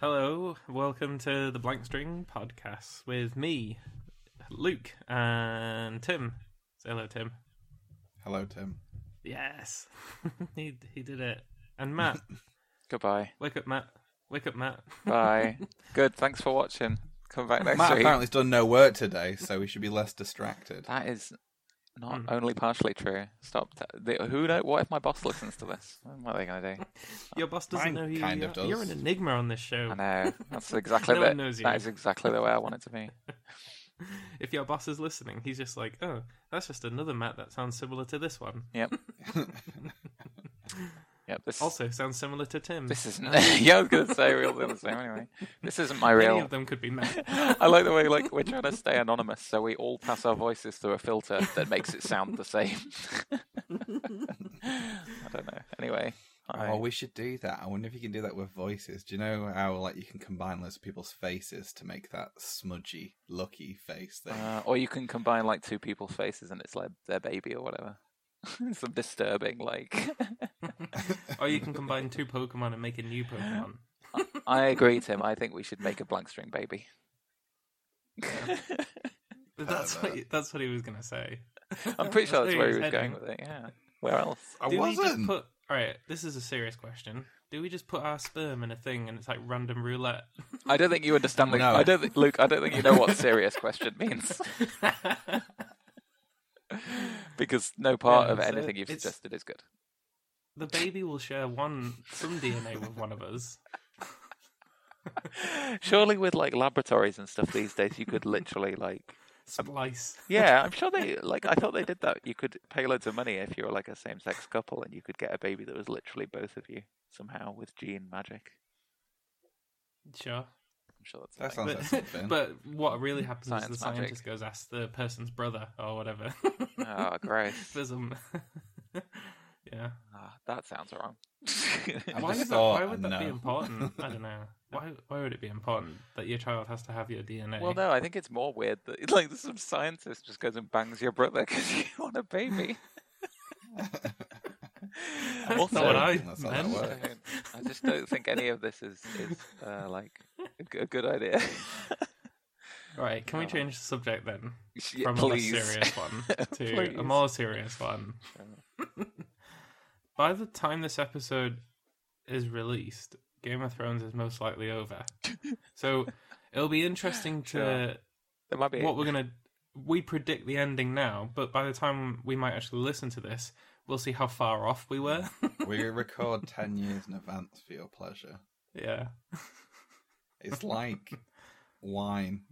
Hello, welcome to the Blank String podcast with me, Luke, and Tim. Say hello, Tim. Hello, Tim. Yes, he he did it. And Matt, Goodbye. wake up, Matt. Wake up, Matt. Bye. Good. Thanks for watching. Come back next Matt week. apparently has done no work today, so we should be less distracted. That is not Mm. only partially true. Stop. T- they, who know? What if my boss listens to this? What are they going to do? Your boss doesn't Mine know who you kind are. of does. You're an enigma on this show. I know. That's exactly No the. one knows you. That is exactly the way I want it to be. If your boss is listening, he's just like, oh, that's just another Matt that sounds similar to this one. Yep. Yep. This. Also, sounds similar to Tim. this isn't. yeah, I was going to say real the same anyway. This isn't my Any real. of them could be Matt. I like the way like we're trying to stay anonymous, so we all pass our voices through a filter that makes it sound the same. I don't know. Anyway. I- Oh, we should do that. I wonder if you can do that with voices. Do you know how like you can combine loads of people's faces to make that smudgy, lucky face thing? Uh, or you can combine like two people's faces and it's like their baby or whatever. Some disturbing, like. or you can combine two Pokemon and make a new Pokemon. I agree, Tim. I think we should make a blank string baby. That's what, he- that's what he was going to say. I'm pretty sure that's There where he he is, was going heading. with it. Yeah. Where else? I Do we just wasn't. put? All right, this is a serious question. Do we just put our sperm in a thing and it's like random roulette? I don't think you understand. Luke. No. I don't, think, Luke. I don't think you know what serious question means because no part Yeah, of it's, uh, anything you've it's- suggested is good. the baby will share one some DNA with one of us. Surely, with like laboratories and stuff these days, you could literally like Splice. Yeah, I'm sure they like. I thought they did that. You could pay loads of money if you were like a same-sex couple, and you could get a baby that was literally both of you somehow with gene magic. Sure. I'm sure that's. a That thing. sounds But, like something. but what really happens is Science the magic. scientist goes ask the person's brother or whatever. Oh, gross. For some... yeah. Ah, that sounds wrong. I why, just is that, thought, why would that be no. Hmm. important? I don't know. Why, why would it be important that your child has to have your DNA? well, no, I think it's more weird that like some scientist just goes and bangs your brother because you want a baby. That's also, not what I I think that's how that meant. works. don't- I just don't think any of this is is uh, like a g- a good idea. Right, can we Oh. change the subject then? Yeah, From please. a less serious one to a Please. more serious one. By the time this episode is released, Game of Thrones is most likely over. so it'll be interesting to There might be what we're gonna we predict the ending now, but by the time we might actually listen to this, we'll see how far off we Mm. were. we record ten years in advance for your pleasure. yeah. It's like wine,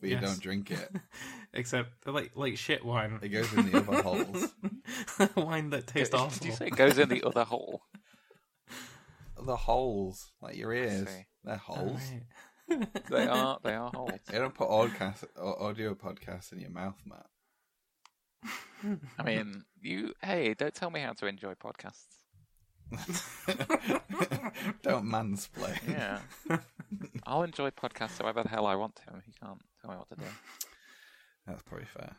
but you Yes. don't drink it. Except like like shit wine. It goes in the other holes. wine that Go- tastes awful. Did you say it goes in the other hole? The holes, like your ears, see. they're holes. Alright. They are they are holes. You don't put podcast, audio podcasts in your mouth, Matt. I mean, you hey, don't tell me how to enjoy podcasts. Don't mansplain. Yeah. I'll enjoy podcasts however the hell I want to. You can't tell me what to do. That's probably fair.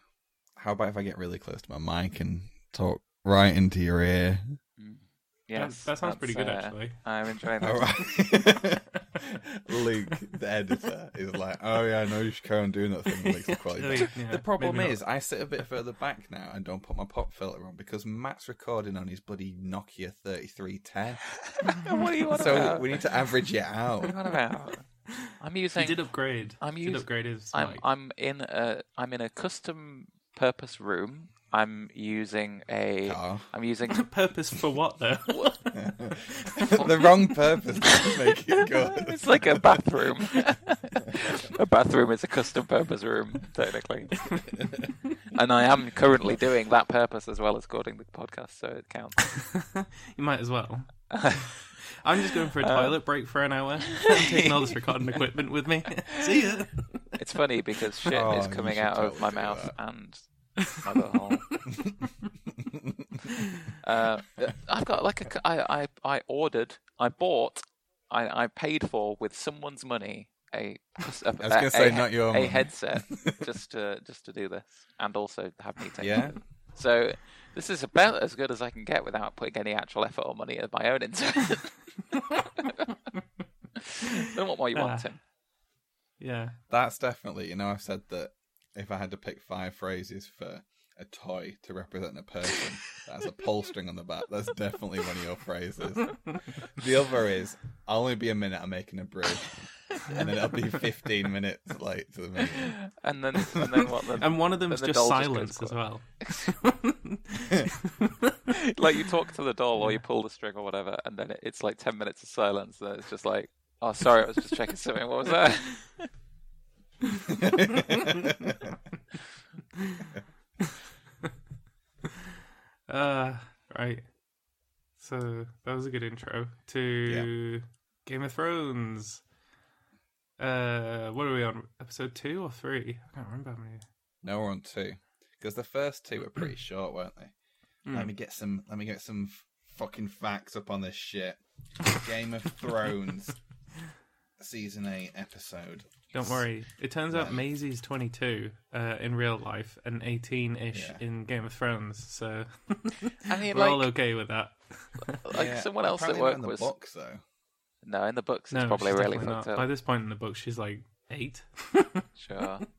How about if I get really close to my mic and talk right into your ear? That- Yes. that, sounds pretty good, that's, uh, actually. I'm enjoying All that. right. Luke, the editor, is like, oh yeah, I know you should carry on doing that thing. that makes the quality Yeah, better." yeah, The problem maybe not. is, I sit a bit further back now and don't put my pop filter on because Matt's recording on his bloody Nokia 3310. what do you want So about? we need to average it What do out. you want about? I'm using he did upgrade. I'm He using- did upgrade his I'm mic. I'm in a I'm in a custom purpose room. I'm using a Car. am using Purpose for what though? the wrong purpose to make it good. it's like a bathroom. a bathroom is a custom purpose room, technically. and I am currently doing that purpose as well as recording the podcast, so it counts. you might as well. I'm just going for a Uh, toilet break for an hour. I'm taking all this recording equipment with me. See ya. It's funny because shit Oh, is you coming should out of totally my do mouth that. and my butthole. uh, I've got like a c- I, I I ordered, I bought, I, I paid for with someone's money a a- was gonna a- say, a- not your a money. headset just to just to do this and also have me take Yeah? it. So this is about as good as I can get without putting any actual effort or money of my own into it. Then what more you want, Ah. Tim? Yeah. That's definitely, you know, I've said that if I had to pick five phrases for a toy to represent a person, that's a pull string on the back. That's definitely one of your phrases. The other is, I'll only be a minute, I'm making a brew. And then it'll be 15 minutes late to the meeting. And then, and then what? Then? And one of them's the just doll just silence goes as well. like you talk to the doll or you pull the string or whatever, and then it, it's like ten minutes of silence, and it's just like, oh, sorry, I was just checking something. What was that? Uh, right. So that was a good intro to Game of Thrones. Uh, what are we on? Episode two or three? I can't remember how many. no, we're on two. Because the first two were pretty short, weren't they? Let me Hmm. get some. Let me get some f- fucking facts up on this shit. Game of Thrones, season eight, episode Don't worry. It turns out Yeah. Maisie's 22 uh, in real life and 18 ish Yeah. in Game of Thrones. So I mean, we're all like, okay with that. like Yeah, someone else at apparently not work in the was book though. no in the books. It's No, probably she's really definitely fucked not. up. By this point in the book, she's like eight. Sure.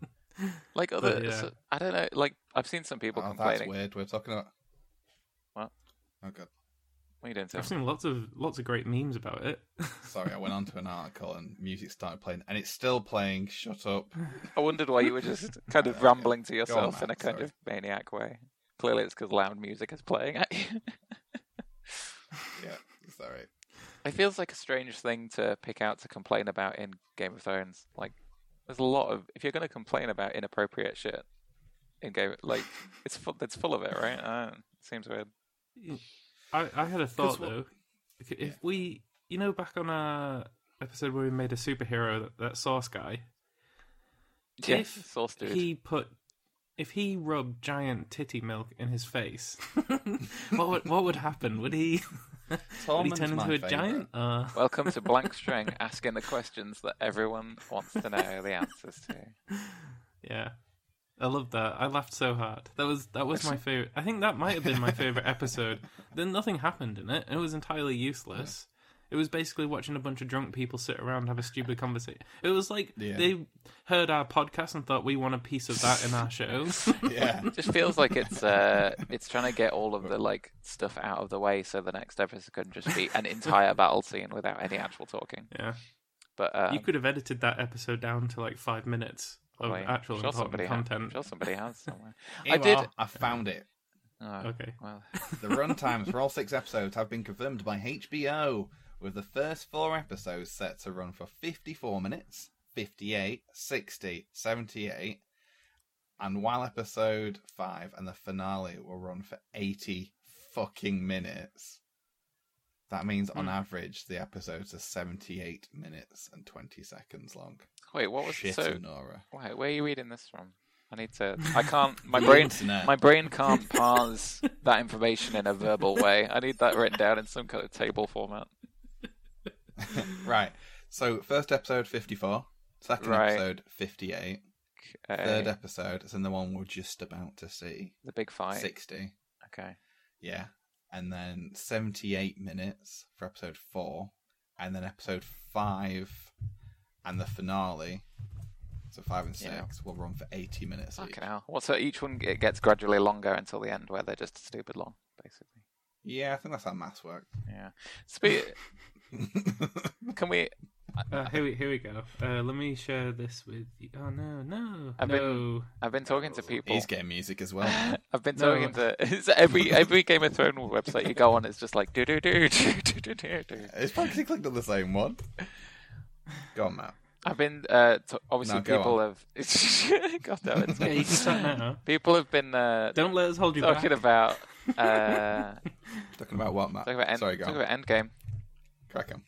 Like other, yeah. so- I don't know. Like I've seen some people uh, Oh, that's complaining. weird. We're talking about What? Oh god, What are you doing, Tim? I've seen lots of lots of great memes about it. sorry. I went onto an article and music started playing, and it's still playing. Shut up. I wondered why you were just kind of Okay. rambling to yourself in Matt, a kind sorry. of maniac way. Clearly, it's because loud music is playing at you. Yeah, sorry. It feels like a strange thing to pick out to complain about in Game of Thrones. Like, there's a lot of if you're going to complain about inappropriate shit in Game, like it's full, it's full of it, right? I don't, it seems weird. Hmm. I, I had a thought what- though. If, if we, you know, back on our episode where we made a superhero, that, that sauce guy, Yeah, If sauce dude. he put, if he rubbed giant titty milk in his face, what would what would happen? Would he would he Tormund's turn into a my favourite. giant? Uh, Welcome to Blank String, asking the questions that everyone wants to know the answers to. yeah, I love that. I laughed so hard. That was that was my favorite. I think that might have been my favorite episode. Then nothing happened in it. It was entirely useless. It was basically watching a bunch of drunk people sit around and have a stupid conversation. It was like Yeah. they heard our podcast and thought we want a piece of that in our show. Yeah. just feels like it's uh it's trying to get all of the like stuff out of the way so the next episode can just be an entire battle scene without any actual talking yeah, but um, you could have edited that episode down to like five minutes of wait, actual I'm sure somebody important ha- I'm content. sure somebody has somewhere Here I we did- are. I found it. oh, Okay, well The run times for all six episodes have been confirmed by HBO, with the first four episodes set to run for 54 minutes, 58, 60, 78, and while episode five and the finale will run for 80 fucking minutes. That means, on Hmm. average, the episodes are 78 minutes and 20 seconds long. wait what was Shit, so Nora. wait, where are you reading this from i need to i can't my brain my brain can't parse that information in a verbal way i need that written down in some kind of table format Right. So, first episode 54, second Right. episode 58. Okay, Third episode, it's in the one we're just about to see. the big fight 60. okay Yeah. And then 78 minutes for episode 4. And then episode 5 and the finale. So 5 and 6 Yeah. will run for 80 minutes. each. Fucking hell. Well, so each one it gets gradually longer until the end, where they're just stupid long, basically. Yeah, I think that's how maths work. Yeah. Spe- can we? Uh, here we here we go. Uh, let me share this with you. Oh no no I've been- no. I've been talking to people. He's getting music as well. man. I've been No. talking to it's every every Game of Thrones website you go on. It's just like do do do do do do do. it's practically clicked on the same one. Go on, Matt. I've been uh, t- obviously No, go people have. God damn it! Yeah, you can start now. People have been uh, Don't let us hold you back. talking about uh, Talking about what, Matt? talking about end, Sorry, go on. talking about Endgame. Crack on.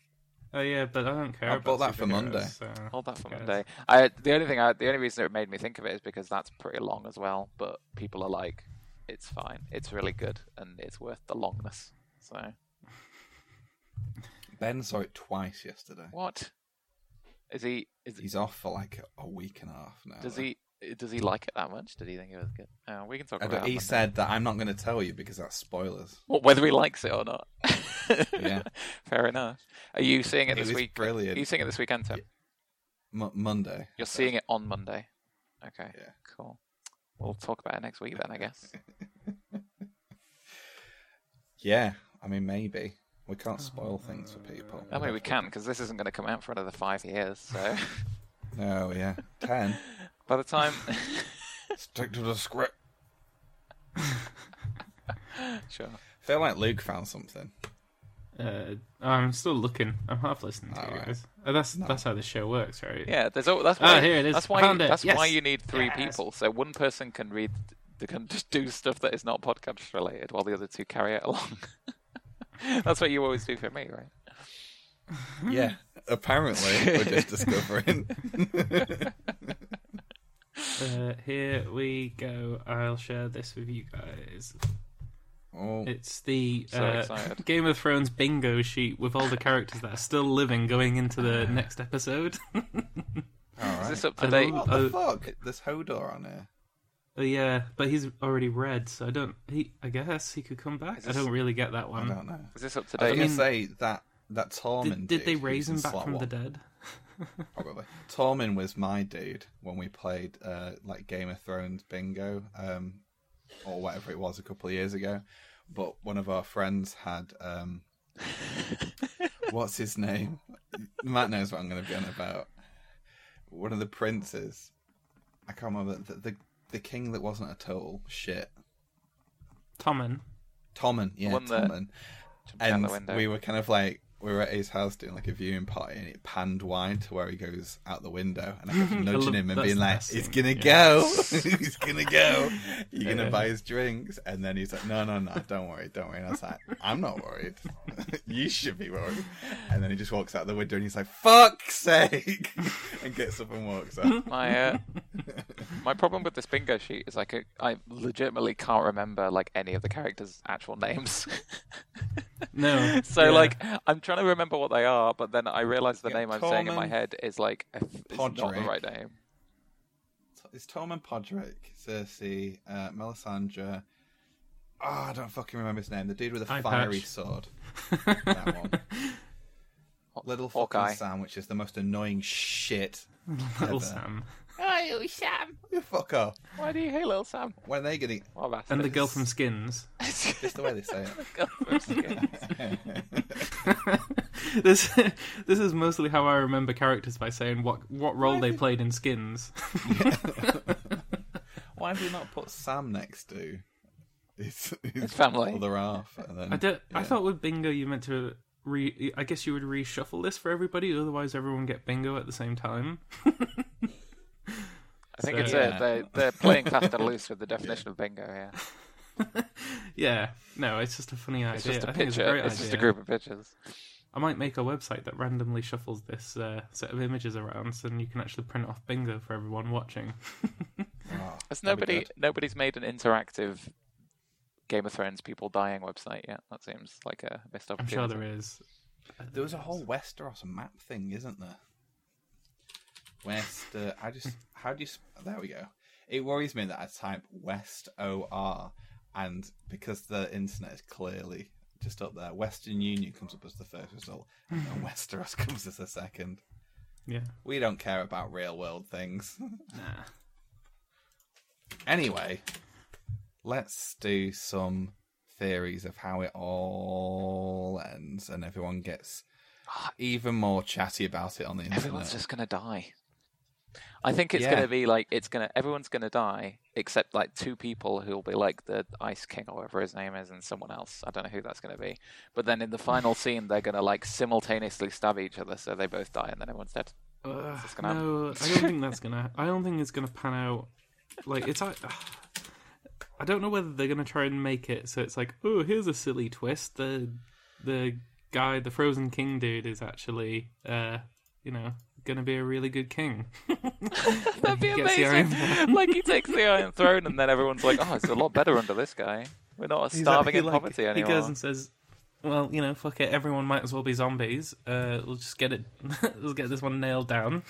Oh yeah, but I don't care. I about bought that for superheroes, Monday. so- Hold that for Yes. Monday. I the only thing I the only reason it made me think of it is because that's pretty long as well. But people are like, it's fine, it's really good, and it's worth the longness. So Ben saw it twice yesterday. what is he? Is He's off for like a week and a half now. does though. he? Does he like it that much? Did he think it was good? Uh, we can talk I about. don't- that he one day. said that I'm not going to tell you because that's spoilers. Well, whether he likes it or not. Yeah. Fair enough. Are you seeing it It this was week? brilliant. Are you seeing it this weekend, Tim? M- Monday. You're seeing it on Monday. Okay. Yeah. Cool. We'll talk about it next week then, I guess. Yeah, I mean maybe we can't spoil things for people. I mean, Oh. we can because this isn't going to come out for another five years. So Oh yeah, ten. by the time, Stick to the script. sure. Feel like Luke found something. Uh, I'm still looking. I'm half listening to you Alright. guys. Oh, that's that's how the show works, right? Yeah, there's al- that's why Ah, here it is. that's I why found you, it. that's why Yes. you need three Yes. people. So one person can read, they can just do stuff that is not podcast related, while the other two carry it along. that's what you always do for me, right? Hmm. Yeah, apparently we're just discovering. Uh, here we go. I'll share this with you guys. oh, It's the So uh, excited. Game of Thrones bingo sheet with all the characters that are still living going into the next episode. all Is right. this up I to date? love- What the Oh. fuck? There's Hodor on here. Uh, yeah, but he's already red, so I don't. He, I guess he could come back. Is this- I don't really get that I Hmm. one. don't know. Is this up to I was date? going to mean- say that that Tormund. Did, did they dude who's raise in him back slot from the one, dead? Probably. Tormund was my dude when we played uh, like Game of Thrones bingo, um, or whatever it was a couple of years ago. But one of our friends had um, what's his name? Matt knows what I'm going to be on about. One of the princes. I can't remember the the, the king that wasn't a total shit. Tommen. Tommen, yeah, one that- Tommen. Jumped out the and window. we were kind of like we were at his house doing like a viewing party and it panned wide to where he goes out the window and I kept nudging love- him and that's being the like best he's scene, gonna yeah. go he's gonna go you're gonna Yeah. buy his drinks and then he's like no no no don't worry don't worry and I was like I'm not worried you should be worried and then he just walks out the window and he's like fuck's sake and gets up and walks out my uh, my problem with this bingo sheet is like I legitimately can't remember like any of the characters' actual names. No. so yeah. like I'm trying to remember what they are, but then I realize the Yeah, name I'm saying in my Tormund head is like is not the Podrick. right name. it's Tom and Podrick Cersei uh, Melisandre oh I don't fucking remember his name the dude with a Eye fiery patch. sword that one Little Hawkeye. fucking Sam, which is the most annoying shit. Little ever. Sam. Oh, Sam. You fuck off. Why do you hate little Sam? When are they getting? What about And the girl from Skins. Just the way they say it. this this is mostly how I remember characters by saying what what role they played in Skins. Why do you not put Sam next to his, his family. Other half, and then I don't. I yeah. thought with bingo you meant to re. I guess you would reshuffle this for everybody, otherwise everyone get bingo at the same time. I think So- it's Yeah. it. They're, they're playing fast and loose with the definition of bingo. Yeah, yeah. No, it's just a funny idea. it's just I a think it's a picture. great It's, idea. just a group of pictures. I might make a website that randomly shuffles this uh, set of images around, so then you can actually print off bingo for everyone watching. Oh, There's that'd be nobody. good. Nobody's made an interactive Game of Thrones people dying website yet. That seems like a missed I'm opportunity. sure there is. There was a whole Westeros map thing, isn't there? West. Uh, I just. How do you? sp- There we go. It worries me that I type West O R, and because the internet is clearly just up there, Western Union comes up as the first result, and then Westeros comes as the second. Yeah. We don't care about real world things. Nah. anyway, let's do some theories of how it all ends, and everyone gets even more chatty about it on the internet. Everyone's just gonna die. I think it's Yeah. gonna be like it's gonna. Everyone's gonna die except like two people who will be like the Ice King or whatever his name is, and someone else. I don't know who that's gonna be. But then in the final scene, they're gonna like simultaneously stab each other, so they both die, and then everyone's dead. Ugh, just gonna no, I don't think that's gonna. I don't think it's gonna pan out. Like it's. I, I don't know whether they're gonna try and make it so it's like, oh, here's a silly twist. The the guy, the Frozen King dude, is actually, uh, you know, gonna be a really good king. That'd be He gets the Iron amazing. like he takes the Iron Throne, and then everyone's like, "Oh, it's a lot better under this guy. We're not starving he in like- poverty He anymore." goes and says, "Well, you know, fuck it. Everyone might as well be zombies. Uh, we'll just get it. we'll get this one nailed down,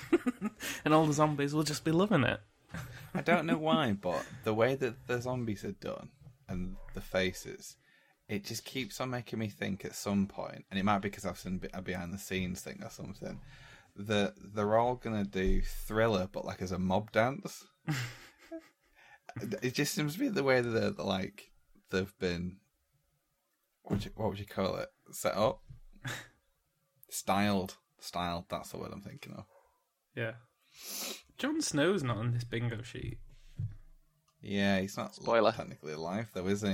and all the zombies will just be loving it." I don't know why, but the way that the zombies are done and the faces, it just keeps on making me think at some point, and it might be because I've seen a behind the scenes thing or something, that they're all going to do thriller, but like as a mob dance. it just seems to be the way that they're, like they've been. What would you, what would you call it? Set up, styled, styled. That's the word I'm thinking of. Yeah. Jon Snow's not on this bingo sheet. Yeah, he's not Spoiler. technically alive though, is he?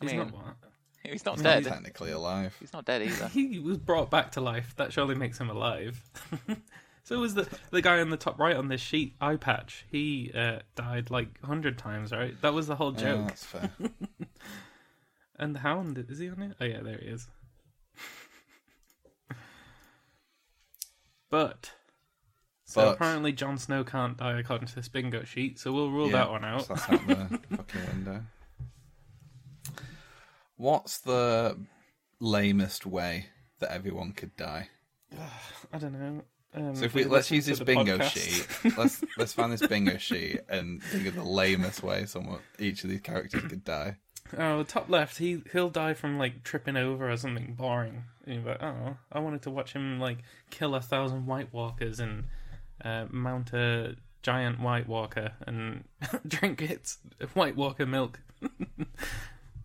He's I mean- not what? He's not He's not dead. dead. Technically alive. He's not dead either. He was brought back to life. That surely makes him alive. so was the the guy on the top right on this sheet, Eye Patch. He uh, died like hundred times, right? That was the whole Yeah, joke. that's fair. And the Hound is he on it? Oh yeah, there he is. but. So But- apparently Jon Snow can't die according to this bingo sheet, so we'll rule Yeah, that one out. so that's out the fucking window. What's the lamest way that everyone could die? I don't know. Um, So if we you let's listen use to this the bingo podcast- sheet. Let's let's find this bingo sheet and think of the lamest way someone each of these characters could die. Oh, the top left. He he'll die from like tripping over or something boring. And you're like, oh, I wanted to watch him like kill a thousand White Walkers and uh, mount a giant White Walker and drink its White Walker milk.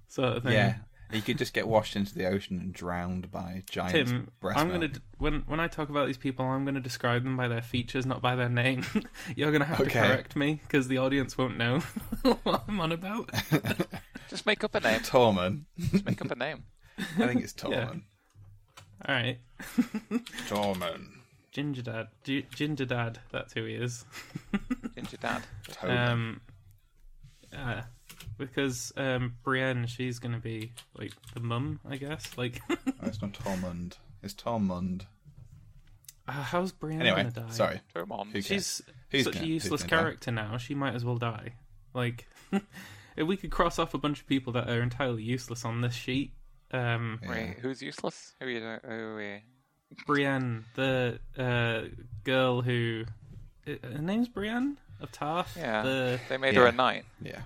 sort of thing. Yeah. You could just get washed into the ocean and drowned by giant Tim, breast I'm gonna milk. d- when when I talk about these people, I'm gonna describe them by their features, not by their name. You're gonna have to Okay. correct me because the audience won't know what I'm on about. Just make up a name. Tormund. Just make up a name. I think it's Tormund. All right. Tormund. Ginger Dad. G- Ginger Dad, that's who he is. Ginger Dad. Tormund. um, uh, because um, Brienne, she's going to be like the mum, I guess. Like, Oh, it's not Tormund. It's Tormund. uh, how's Brienne Anyway, going to die? sorry. Throw him on. Who cares? She's Who's such gonna- a who's useless gonna die? character now. She might as well die. Like, if we could cross off a bunch of people that are entirely useless on this sheet, um, Yeah. Wait, who's useless? Who are you? Who are we? Brienne, the uh, girl who. uh, Her name's Brienne of Tarth. Yeah. The, They made Yeah. her a knight. Yeah.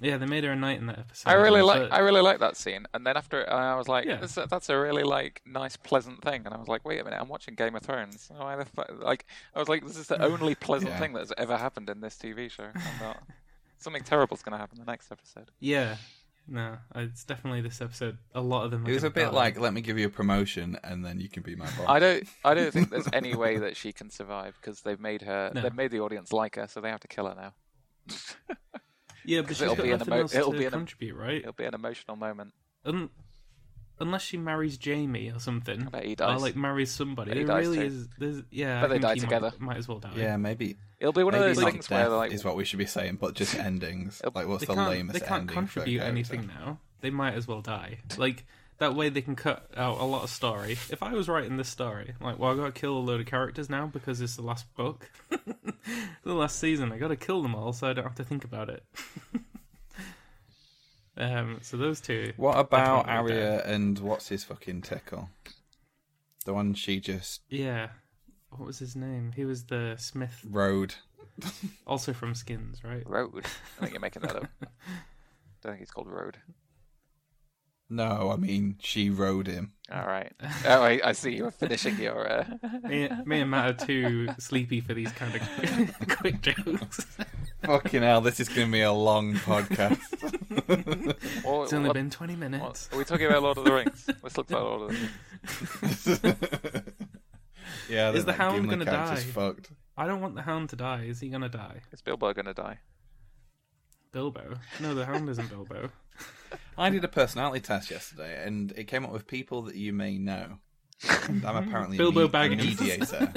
yeah, they made her a knight in that episode. I really like. but- I really like that scene. And then after, it, I was like, Yeah. that's, a, "That's a really like nice, pleasant thing." And I was like, "Wait a minute, I'm watching Game of Thrones. Why the fu-? Like, I was like, this is the only pleasant Yeah. thing that's ever happened in this TV show. I'm not. Something terrible's going to happen the next episode. Yeah. No, it's definitely this episode. A lot of them. are It was a gonna bit die. like, let me give you a promotion and then you can be my boss. I don't. I don't think there's any way that she can survive because they've made her. No. They've made the audience like her, so they have to kill her now. yeah, but she's it'll got be an nothing emo- else it'll to be an em- contribute, right? It'll be an emotional moment. Un- unless she marries Jamie or something, I bet he or dies. like marries somebody. Bet he It dies really too. is. There's, yeah, Bet I they think die he together. Might, might as well die. Yeah, maybe. It'll be one of maybe those not things where death like is what we should be saying, but just endings. Yep. Like, what's they the can't. lamest They can't ending contribute for a character? anything now. They might as well die. Like that way, they can cut out a lot of story. If I was writing this story, like, well, I got to kill a load of characters now because it's the last book, the last season. I got to kill them all so I don't have to think about it. um. So those two. What about Definitely Arya and what's his fucking tickle? The one she just Yeah. What was his name? He was the Smith, rode. also from Skins, right? Road. I think you're making that up. don't think it's called Road. No, I mean, she rode him. All right. Oh, I, I see. You're finishing your. Uh... Me, me and Matt are too sleepy for these kind of quick jokes. fucking hell, this is going to be a long podcast. Or, It's only what- been twenty minutes. what- are we talking about Lord of the Rings? Let's look at Lord of the Rings. yeah, I Is think the that hound gonna Gimli character's die? Fucked. I don't want the hound to die. Is he gonna die? Is Bilbo going to die? Bilbo? No, the hound isn't Bilbo. I did a personality test yesterday, and it came up with people that you may know. And I'm apparently a Bilbo me- a Baggins. mediator.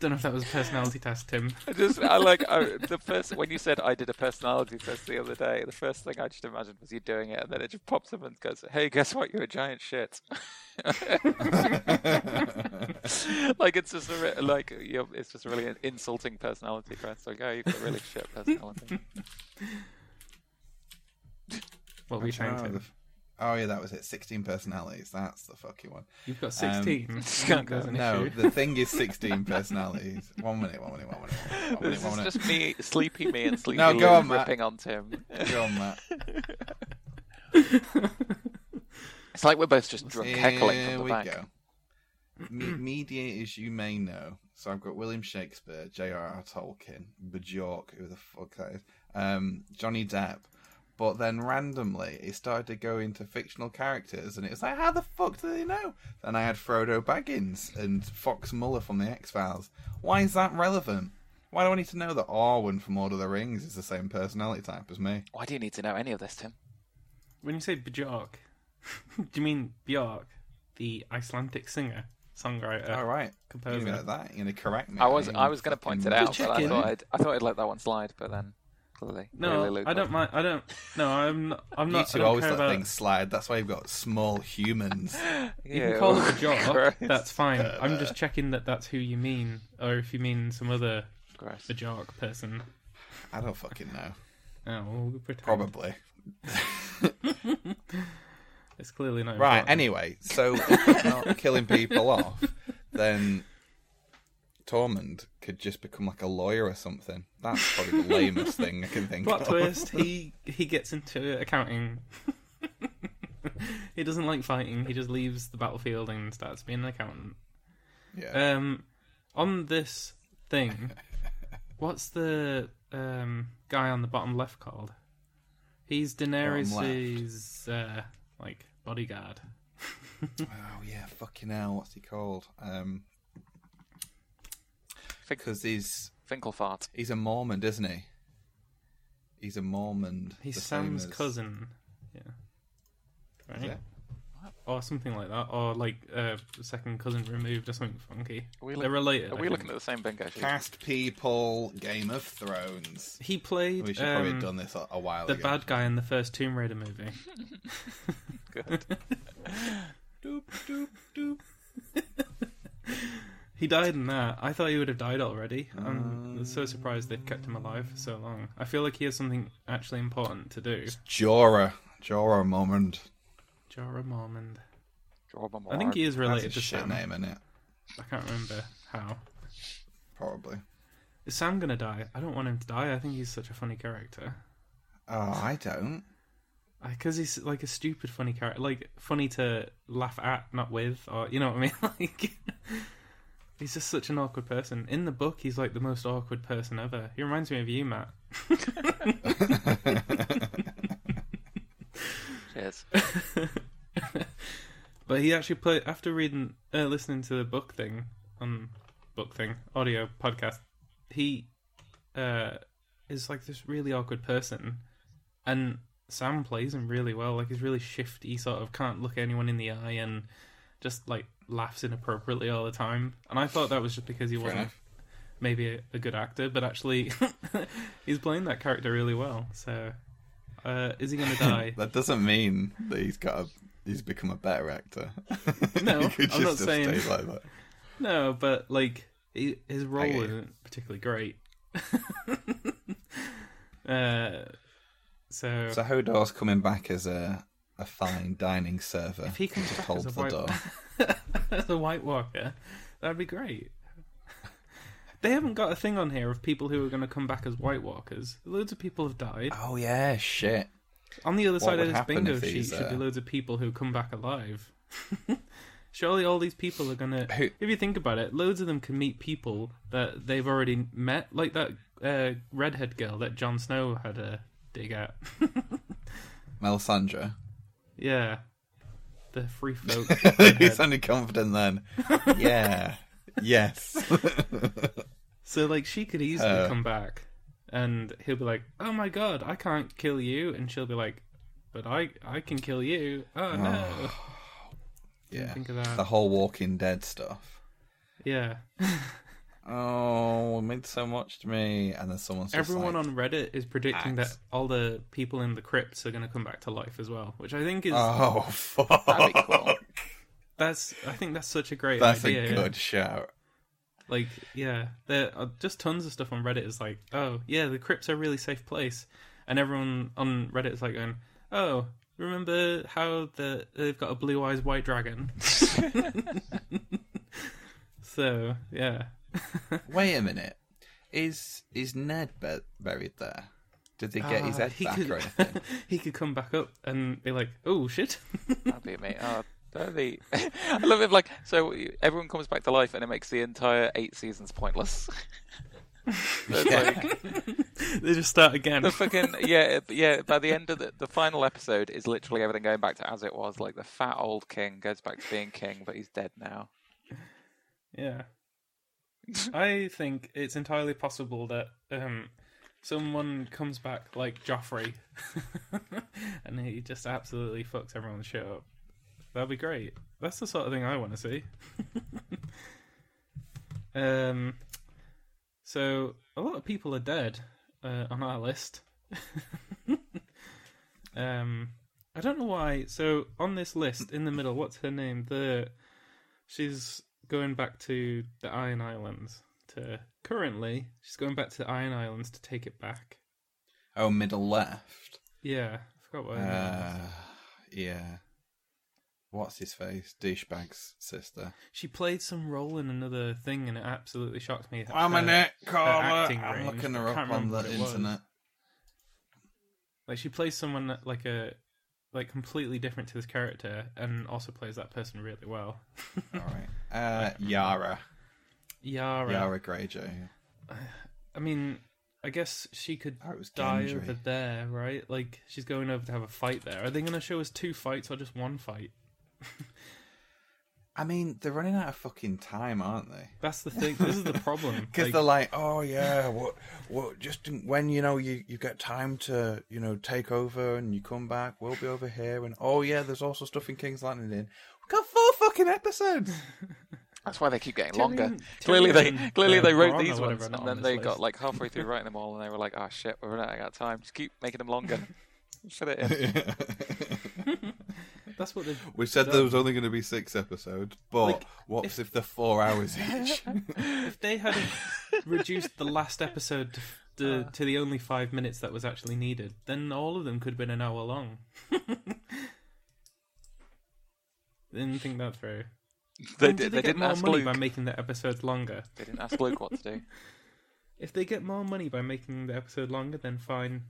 Don't know if that was a personality test, Tim. I just, I like I, the first when you said I did a personality test the other day. The first thing I just imagined was you doing it, and then it just pops up and goes, "Hey, guess what? You're a giant shit." like it's just a re- like you're, it's just a really insulting personality quest. Like, oh, you've got a really shit personality. What were you saying, Oh, the Tim? f- Oh yeah, that was it. Sixteen personalities. That's the fucking one. You've got Um, 16. can't There's an No, issue. the thing is sixteen personalities. One minute, one minute, one minute. One minute, This one is minute. just me, sleepy me, and sleepy No, go on, Matt. ripping on Tim. Go on, Matt. It's like we're both just drunk heckling Here from we the back. go. Me- mediators you may know. So I've got William Shakespeare, J.R.R. Tolkien, Bjork, who the fuck that is, um, Johnny Depp. But then randomly, it started to go into fictional characters, and it was like, how the fuck do they know? Then I had Frodo Baggins and Fox Muller from The X Files. Why is that relevant? Why do I need to know that Arwen from Lord of the Rings is the same personality type as me? Why do you need to know any of this, Tim? When you say Bjork, do you mean Bjork, the Icelandic singer, songwriter? All right, you composer. know Oh, that. You're gonna correct me. I was mean, I was going to point it fucking- out, but I thought I'd, I thought I'd let that one slide. But then clearly, clearly No, Luke I don't would. mind. I don't. No, I'm. Not, I'm You not. I two don't always care let about. things slide. That's why you've got small humans. You Ew, can call it a job. Christ, That's fine. I'm just checking that that's who you mean, or if you mean some other Christ. Bjork person. I don't fucking know. Oh, we'll pretend. Probably. It's clearly not Right. important. Anyway, so if we're not killing people off, then Tormund could just become like a lawyer or something. That's probably the lamest thing I can think Plot of. twist: he he gets into accounting. he doesn't like fighting. He just leaves the battlefield and starts being an accountant. Yeah. Um, on this thing, what's the um guy on the bottom left called? He's Daenerys's uh, like bodyguard. oh yeah. Fucking hell. What's he called? Um, Fink, because he's Finkelfart. he's a Mormon, isn't he? He's a Mormon. the He's same Sam's as- cousin. Yeah. Is Right. it? Or something like that, or like uh, second cousin removed, or something funky. Are we, They're look, related. are I we think. looking at the same bingo sheet? Cast people. Game of Thrones. He played We should probably um, have done this a, a while the ago. bad guy in the first Tomb Raider movie. Good. Doop, doop, doop. He died in that. I thought he would have died already. Um, I'm so surprised they've kept him alive for so long. I feel like he has something actually important to do. Jorah. Jorah Mormont. Jorah Mormont. Draw one I think he is That's related a to shit Sam. name, innit? I can't remember how. Probably. Is Sam gonna die? I don't want him to die. I think he's such a funny character. Oh, I don't. Because he's like a stupid funny character, like funny to laugh at, not with, or you know what I mean. Like he's just such an awkward person. In the book, he's like the most awkward person ever. He reminds me of you, Matt. Cheers. But he actually played after reading, uh, listening to the book thing um, book thing audio podcast. He uh, is like this really awkward person, and Sam plays him really well. Like he's really shifty, sort of can't look anyone in the eye, and just like laughs inappropriately all the time. And I thought that was just because he wasn't enough. maybe a, a good actor, but actually he's playing that character really well. So uh, is he going to die? That doesn't mean that he's got a, he's become a better actor. No, he could I'm not just have saying- stayed like that. No, but like he, his role get you. wasn't particularly great. uh, so, So Hodor's coming back as a a fine dining server. if he comes to back as hold a, the door. white, as a White Walker, that'd be great. They haven't got a thing on here of people who are going to come back as White Walkers. Loads of people have died. Oh yeah, shit. On the other side would of this happen bingo if sheet he's, should be uh, loads of people who come back alive. Surely all these people are gonna. Who- If you think about it, loads of them can meet people that they've already met, like that uh, redhead girl that Jon Snow had a dig at. Melisandre. yeah, the free folk. he redhead. sounded confident then. Yeah. yes. so like, she could easily Uh. come back, and he'll be like, "Oh my god, I can't kill you," and she'll be like, "But I, I can kill you." Oh no! yeah. Think of that. The whole Walking Dead stuff. Yeah. Oh, it meant so much to me. And then someone's just Everyone like, on Reddit is predicting Axe. that all the people in the crypts are going to come back to life as well, which I think is Oh fuck! That'd be cool. that's I think that's such a great That's idea. a yeah. good shout. Like, yeah, there are just tons of stuff on Reddit is like, oh yeah, the crypts are a really safe place, and everyone on Reddit is like going, oh Remember how the they've got a blue eyes white dragon? so yeah, Wait a minute. Is is Ned be- buried there? Did they get his Ah, head back could, or anything? he could come back up and be like, "Oh shit!" That'd be me. Oh, that'd be... I love it. Like, so everyone comes back to life, and it makes the entire eight seasons pointless. It's like- they just start again. the fucking yeah, it- yeah. By the end of the, the final episode, is literally everything going back to as it was. Like the fat old king goes back to being king, but he's dead now. Yeah. I think it's entirely possible that um, someone comes back like Joffrey and he just absolutely fucks everyone's shit up. That'd be great. That's the sort of thing I want to see. um, so, a lot of people are dead uh, on our list. um, I don't know why. So, on this list, in the middle, what's her name? The She's going back to the Iron Islands to currently she's going back to the Iron Islands to take it back. oh, middle left. Oh, Yeah, I forgot what. her name was. Uh, yeah. What's his face? Douchebag's sister. She played some role in another thing, and it absolutely shocked me. Uh, I'm Her- a net caller. acting I'm range. looking her I up can't on remember the what it was. internet. Like she plays someone that, like a like completely different to this character, and also plays that person really well. All right. Uh, Yara. Yara. Yara Greyjoy. I mean, I guess she could Oh, it was die Gendry. over there, right? Like she's going over to have a fight there. Are they going to show us two fights or just one fight? I mean, they're running out of fucking time, aren't they? That's the thing. This is the problem. Because Like- they're like, oh yeah, what, what? Just when you know you you get time to you know take over and you come back, we'll be over here. And oh yeah, there's also stuff in King's Landing. In we got four fucking episodes. That's why they keep getting Tyrion- longer. Tyrion Clearly, they and, clearly uh, they wrote Bronn or these whatever ones, are not and on then this they list. got like halfway through writing them all, and they were like, "Oh shit, we're running out of time. Just keep making them longer. Fit it in." That's what they. we said there was only going to be six episodes, but Like, what's if, they're four hours each? If they had reduced the last episode to, to, Uh. to the only five minutes that was actually needed, then all of them could have been an hour long. Didn't think that through. They, And did, do they, get didn't more ask money Luke. by making the episodes longer. They didn't ask Luke what to do. If they get more money by making the episode longer, then fine.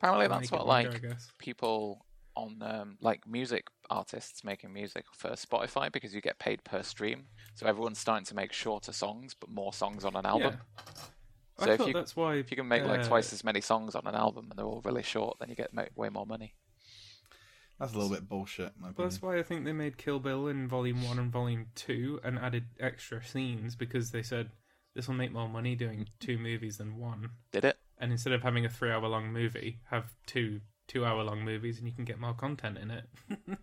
Apparently, Make that's it what longer, like I guess. people on um, like music artists making music for Spotify because you get paid per stream. So everyone's starting to make shorter songs, but more songs on an album. Yeah. I So if thought you- that's why If you can make like uh, twice as many songs on an album and they're all really short, then you get mo- way more money. That's a little bit bullshit. in My Well, that's opinion. why I think they made Kill Bill in Volume 1 and Volume 2 and added extra scenes because they said this will make more money doing two movies than one. Did it? And instead of having a three hour long movie, have two two hour long movies and you can get more content in it.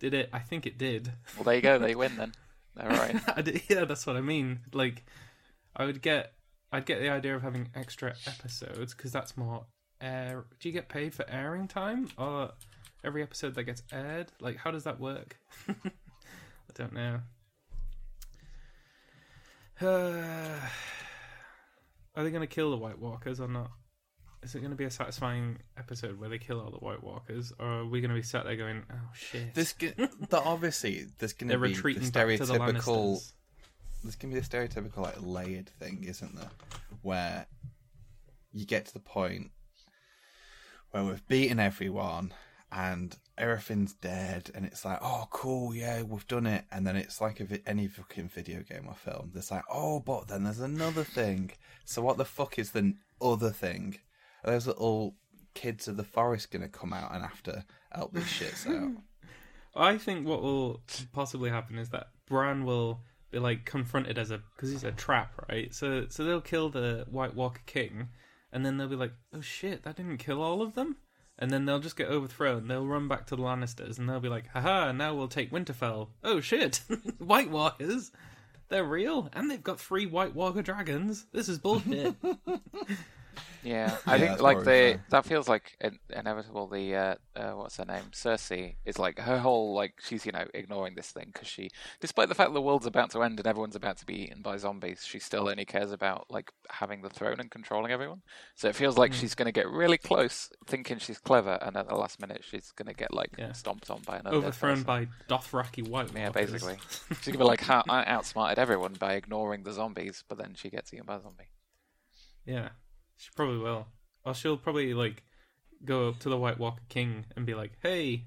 did it? I think it did. Well, there you go. They win then. All right. I did- yeah, that's what I mean. Like, I would get. I'd get the idea of having extra episodes because that's more air. Do you get paid for airing time or every episode that gets aired? Like, how does that work? I don't know. Uh, are they going to kill the White Walkers or not? Is it going to be a satisfying episode where they kill all the White Walkers, or are we going to be sat there going, "Oh shit"? There's g- the obviously there's going They're to be retreating the back to the stereotypical Lannisters. there's gonna be a stereotypical like layered thing, isn't there? Where you get to the point where we've beaten everyone and everything's dead, and it's like, oh, cool, yeah, we've done it. And then it's like a vi- any fucking video game or film. There's like, oh, but then there's another thing. So what the fuck is the other thing? Are those little kids of the forest gonna come out and have to help these shits out? I think what will possibly happen is that Bran will be like confronted as a because he's a trap, right? So so they'll kill the White Walker King, and then they'll be like, "Oh shit, that didn't kill all of them," and then they'll just get overthrown. They'll run back to the Lannisters, and they'll be like, "Haha, now we'll take Winterfell." Oh shit, White Walkers, they're real, and they've got three White Walker dragons. This is bullshit. Yeah, I Yeah, think that's like probably the fair. that feels like in, inevitable. The uh, uh, what's her name, Cersei, is like her whole like she's you know ignoring this thing because she, despite the fact the world's about to end and everyone's about to be eaten by zombies, she still only cares about like having the throne and controlling everyone. So it feels like Hmm. Mm. she's going to get really close, thinking she's clever, and at the last minute she's going to get like Yeah. stomped on by another. Overthrown person. by Dothraki White. Yeah, Walkers. basically. She's going to be like, "Ha, I outsmarted everyone by ignoring the zombies, but then she gets eaten by a zombie. Yeah, she probably will. Or she'll probably like go up to the White Walker King and be like, "Hey,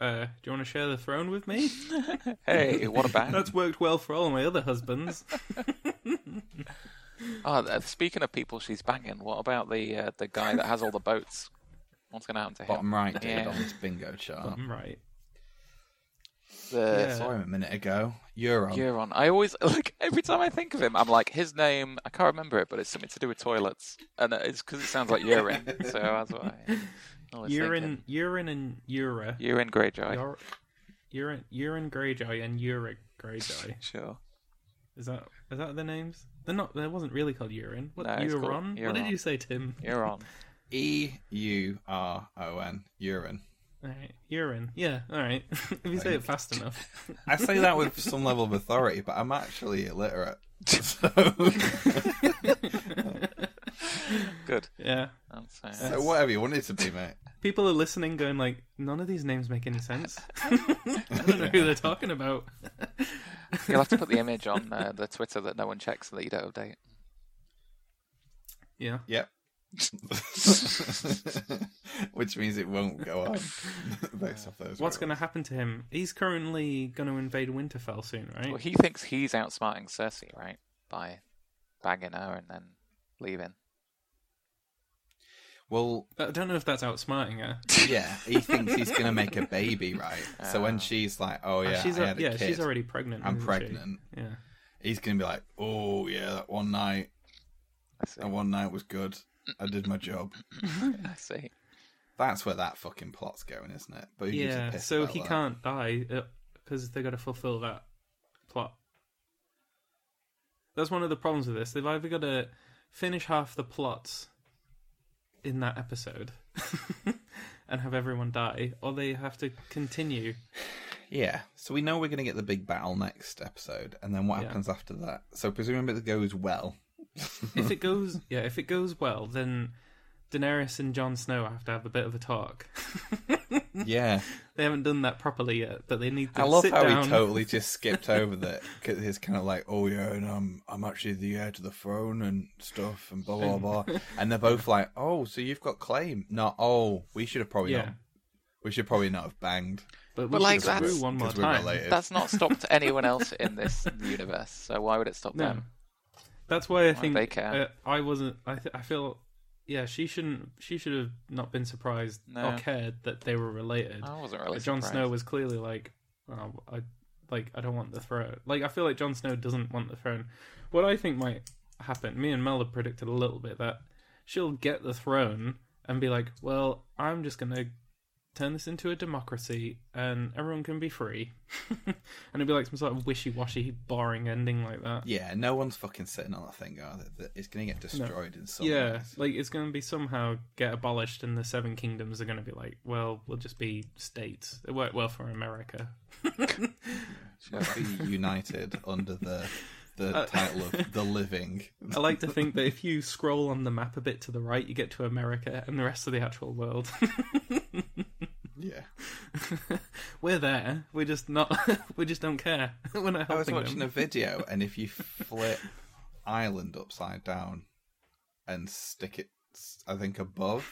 uh, do you want to share the throne with me? Hey, what a band! That's worked well for all my other husbands." Oh, th- speaking of people she's banging, what about the uh, the guy that has all the boats? What's going to happen to him? Bottom right, dude, Yeah. on this bingo chart. Uh, I'm right. The Yeah. Saw him a minute ago. Euron. Euron. I always like every time I think of him, I'm like his name. I can't remember it, but it's something to do with toilets, and it's because it sounds like urine. so that's why. always Urine, thinking. urine, and Ura. urine, Greyjoy. Ur- urine, urine, Greyjoy, and Uric Greyjoy. Sure. Is that is that their names? They're not. They wasn't really called urine. What No, it's called Euron? What did Euron. you say, Tim? Euron. E U R O N. Euron. All right, urine. Yeah. All right. if you say it fast enough. I say that with some level of authority, but I'm actually illiterate. So, Good. yeah. That's, uh, so whatever you want it to be, mate. People are listening, going like, none of these names make any sense. I don't know who they're talking about. You'll have to put the image on uh, the Twitter that no one checks and that you don't update. Yeah. Yep. Which means it won't go up based off those. What's going to happen to him? He's currently going to invade Winterfell soon, right? Well, he thinks he's outsmarting Cersei, right? By banging her and then leaving. Well, I don't know if that's outsmarting her. yeah, he thinks he's going to make a baby, right? So when she's like, "Oh yeah, Ah, she's I al- had a yeah, kid. she's already pregnant. I'm isn't she? pregnant," Yeah. he's going to be like, "Oh yeah, that one night, I see. that one night was good. I did my job." I see. That's where that fucking plot's going, isn't it? But who gives a Yeah. piss So about he that? can't die because they got to fulfill that plot. That's one of the problems with this. They've either got to finish half the plots in that episode and have everyone die, or they have to continue. Yeah. So we know we're going to get the big battle next episode, and then what Yeah. happens after that? So presumably it goes well. If it goes, yeah, if it goes well, then Daenerys and Jon Snow have to have a bit of a talk. Yeah. They haven't done that properly yet, but they need to I love sit how down. he totally just skipped over that. Cause he's kind of like, oh yeah, and I'm I'm actually the heir to the throne and stuff and blah blah blah. and they're both like, oh, so you've got claim? Not oh, we should have probably Yeah. not. We should probably not have banged. But, But, we like, should screw that's- one more because we're time. related. That's not stopped anyone else in this universe, so why would it stop No. them? That's why I think they care. Uh, I wasn't. I th- I feel. Yeah, she shouldn't. She should have not been surprised No. or cared that they were related. I wasn't really but Jon surprised. Snow was clearly like, oh, I like. I don't want the throne. Like, I feel like Jon Snow doesn't want the throne. What I think might happen. Me and Mel have predicted a little bit that she'll get the throne and be like, well, I'm just gonna turn this into a democracy and everyone can be free. and it'd be like some sort of wishy-washy, boring ending like that. Yeah, no one's fucking sitting on that thing. Are they? That- It's going to get destroyed in some. yeah, way. like it's going to be somehow get abolished, and the Seven Kingdoms are going to be like, well, we'll just be states. It worked well for America. Must be united under the the Uh, title of the living. I like to think that if you scroll on the map a bit to the right, you get to America and the rest of the actual world. Yeah. we're there. We're just not. we just don't care. We're not I was helping watching them. a video, and if you flip Ireland upside down and stick it, I think above,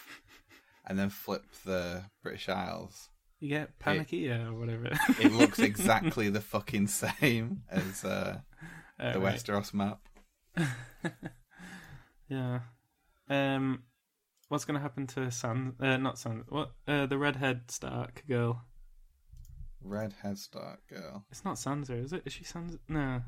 and then flip the British Isles, You get panicky or whatever. it looks exactly the fucking same as uh, Uh, the right. Westeros map. Yeah. Um, what's going to happen to San? Uh, not San. What? Uh, the redhead Stark girl. Red head Stark girl. It's not Sansa, is it? Is she Sansa? No.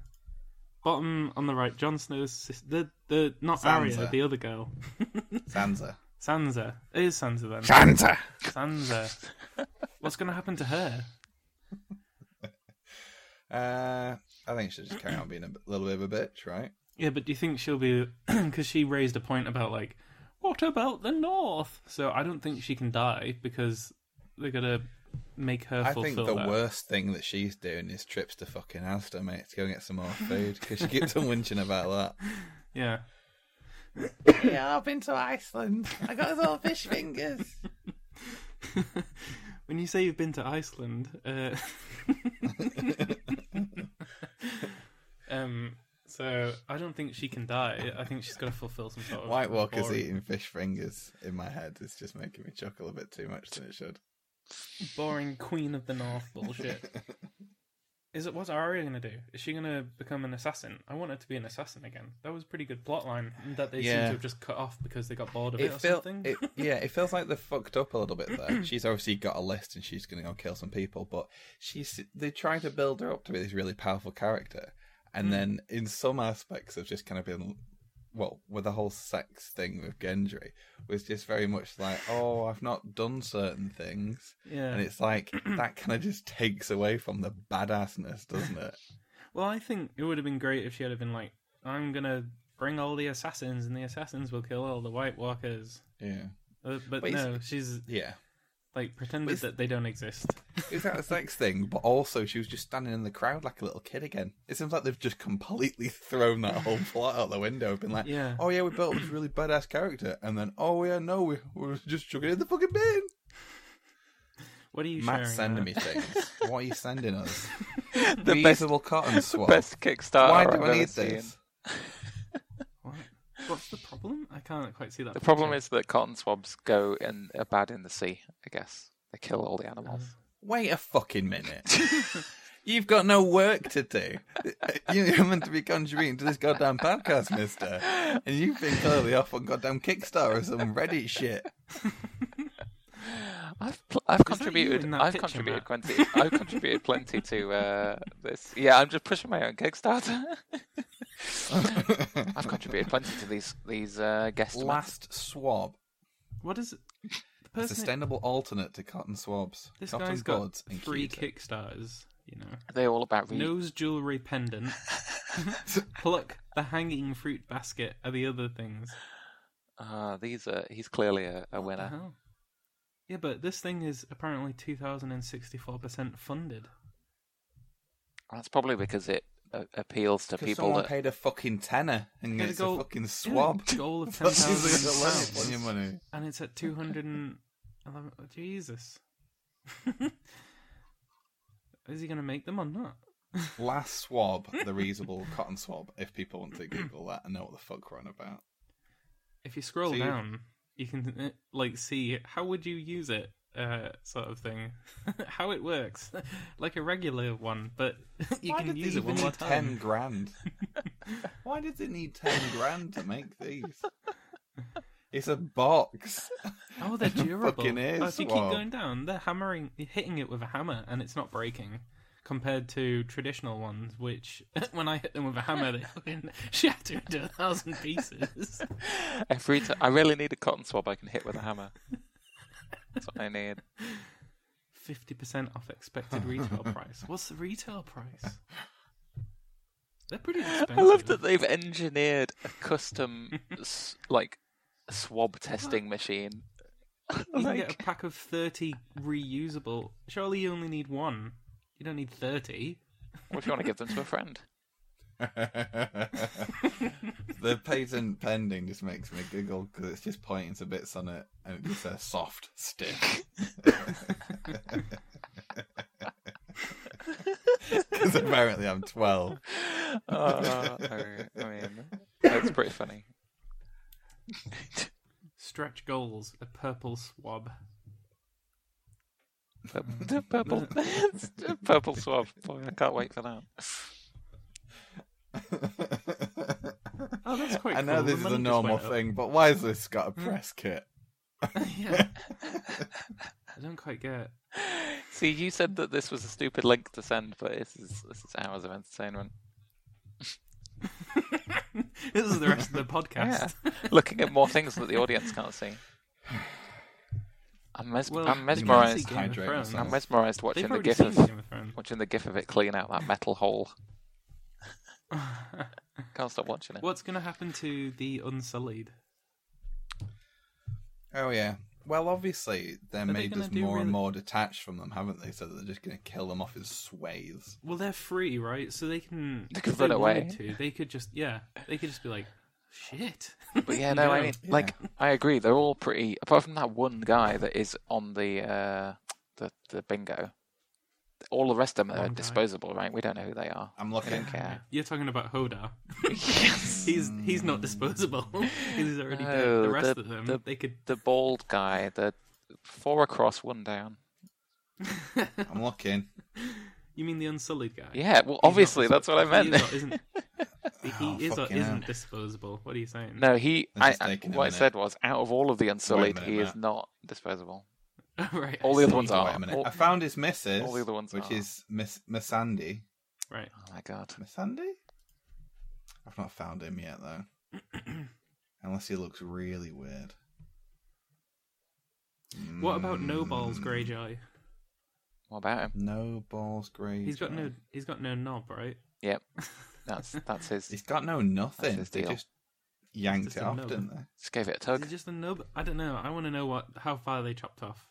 Bottom on the right, Jon Snow's sis- the the not Arya, Sansa. the other girl. Sansa. Sansa. It is Sansa then. Sansa. Sansa. What's going to happen to her? Uh, I think she should just carry on being a b- little bit of a bitch, right? Yeah, but do you think she'll be because she raised a point about like, what about the North? So I don't think she can die because they're gonna make her. I think fulfill the that. worst thing that she's doing is trips to fucking Asda, mate, to go get some more food because she keeps on whinging about Yeah, that. yeah, I've been to Iceland. I got those old fish fingers. when you say you've been to Iceland, uh... um, so I don't think she can die. I think she's got to fulfill some sort of White Walker's Oh, boring, eating fish fingers in my head is just making me chuckle a bit too much than it should. boring Queen of the North bullshit. Is it what's Arya gonna do? Is she gonna become an assassin? I want her to be an assassin again. That was a pretty good plot line that they seem Yeah. to have just cut off because they got bored of it, It or feel, something. it, yeah, it feels like they're fucked up a little bit there. She's obviously got a list and she's going to go kill some people, but she's they try to build her up to be this really powerful character, Hmm. and then in some aspects have just kind of been, well, with the whole sex thing with Gendry was just very much like, oh, I've not done certain things, yeah. and it's like that kind of just takes away from the badassness, doesn't it? Well, I think it would have been great if she had been like, "I'm gonna bring all the assassins, and the assassins will kill all the White Walkers." Yeah, Uh, but But it's- no, she's yeah. like pretended it's- that they don't exist. It was that a sex thing, but also she was just standing in the crowd like a little kid again. It seems like they've just completely thrown that whole plot out the window. Been like, Yeah. oh yeah, we built this really badass character, and then oh yeah, no, we, we were just chucking it in the fucking bin. What are you Matt's sharing? sending me things. what are you sending us? The best, Reusable cotton swab. best Kickstarter Why I've do I ever need seen. this? What? What's the problem? I can't quite see that. The problem picture. is that cotton swabs go and are bad in the sea. I guess they kill all the animals. Uh, Wait a fucking minute. You've got no work to do. You're meant to be contributing to this goddamn podcast, mister. And you've been clearly off on goddamn Kickstarter or some Reddit shit. Um, I've pl- I've you contributed in that I've picture, contributed Matt? plenty I've contributed plenty to uh, this. Yeah, I'm just pushing my own Kickstarter. I've contributed plenty to these these uh, guests. Last swab. What is it? The person. Sustainable alternate to cotton swabs. this cotton guy's got buds and three keto. kickstarters. You know, They're all about re- nose jewelry pendant, pluck the hanging fruit basket, are the other things. Ah, these are he's clearly a, a winner. Oh. Yeah, but this thing is apparently 2,064% funded. That's probably because it uh, appeals to 'Cause people someone that paid a fucking tenner and Gotta gets go- a fucking swab. Yeah, goal of That's just a £10,000. limit on your money. and it's at 211. oh, Jesus. is he going to make them or not? Last swab, the reusable cotton swab. If people want to Google that and know what the fuck we're on about. If you scroll So you- down, you can uh, like see how would you use it, uh, sort of thing, how it works, like a regular one, but you Why can did they use it one even more need Ten time. grand. Why did they need ten grand to make these? It's a box. Oh, they're Fucking durable. Oh, is, if you keep wow. going down, they're hammering, hitting it with a hammer, and it's not breaking. Compared to traditional ones, which when I hit them with a hammer, they fucking shatter into a thousand pieces. every time I really need a cotton swab I can hit with a hammer. That's what I need. Fifty percent off expected retail price. What's the retail price? They're pretty expensive. I love that they've engineered a custom s- like swab testing machine. You can like, get a pack of thirty reusable. Surely you only need one. You don't need thirty. what if you want to give them to a friend? the patent pending just makes me giggle because it's just pointing to bits on it and it just says soft stick. Because apparently I'm 12. Uh, I, I mean, that's pretty funny. Stretch goals. A purple swab. Purple, purple, purple swab. Boy, I can't wait for that. Oh, that's quite. I know cool. The this is money a just normal went up. thing, but why has this got a press kit? yeah. I don't quite get it. See, you said that this was a stupid link to send, but this is this is hours of entertainment. This is the rest of the podcast. Yeah, looking at more things that the audience can't see. I'm, mes- Well, I'm they can't see mesmerized. Game of Hydrate Thrones. yourself. I'm mesmerized watching They've the already gif seen of Game of Thrones. watching the gif of it clean out that metal hole. Can't stop watching it. What's going to happen to the Unsullied? Oh yeah. Well, obviously they're they made gonna us do more and really- more detached from them, haven't they? So that they're just going to kill them off in swathes. Well, they're free, right? So they can They could if run they wanted away. To, they could just yeah, they could just be like, shit. But yeah, no, I mean, Yeah. like, I agree. They're all pretty, apart from that one guy that is on the uh, the the bingo. All the rest of them are One guy. disposable, right? We don't know who they are. I'm We looking. don't care. You're talking about Hodar. yes. He's he's not disposable. 'Cause he's already dead. No, The rest the- of them, the- they could. The bald guy, the four across, one down. I'm looking. you mean the Unsullied guy? Yeah, well, He's not obviously, that's what I disposable. meant. He is or isn't, Oh, he is or fucking hell. isn't disposable. What are you saying? No, he. This I, is I, taking a what I minute. said was, out of all of the Unsullied, minute, he is Matt. not disposable. right. I All the other see. ones Wait are. a minute. All- I found his missus, all the other ones which are. is Miss Miss Andy. Right. oh my god. Miss Andy. I've not found him yet though. Unless he looks really weird. What about No Mm, Balls Greyjoy? What about him? No balls, Grey. He's got no he's got no knob, right? Yep. That's that's his. He's got no nothing. his They deal. just yanked Just it a off, nub. didn't they? Just gave it a Is tug. it just a nub? I don't know. I want to know what how far they chopped off.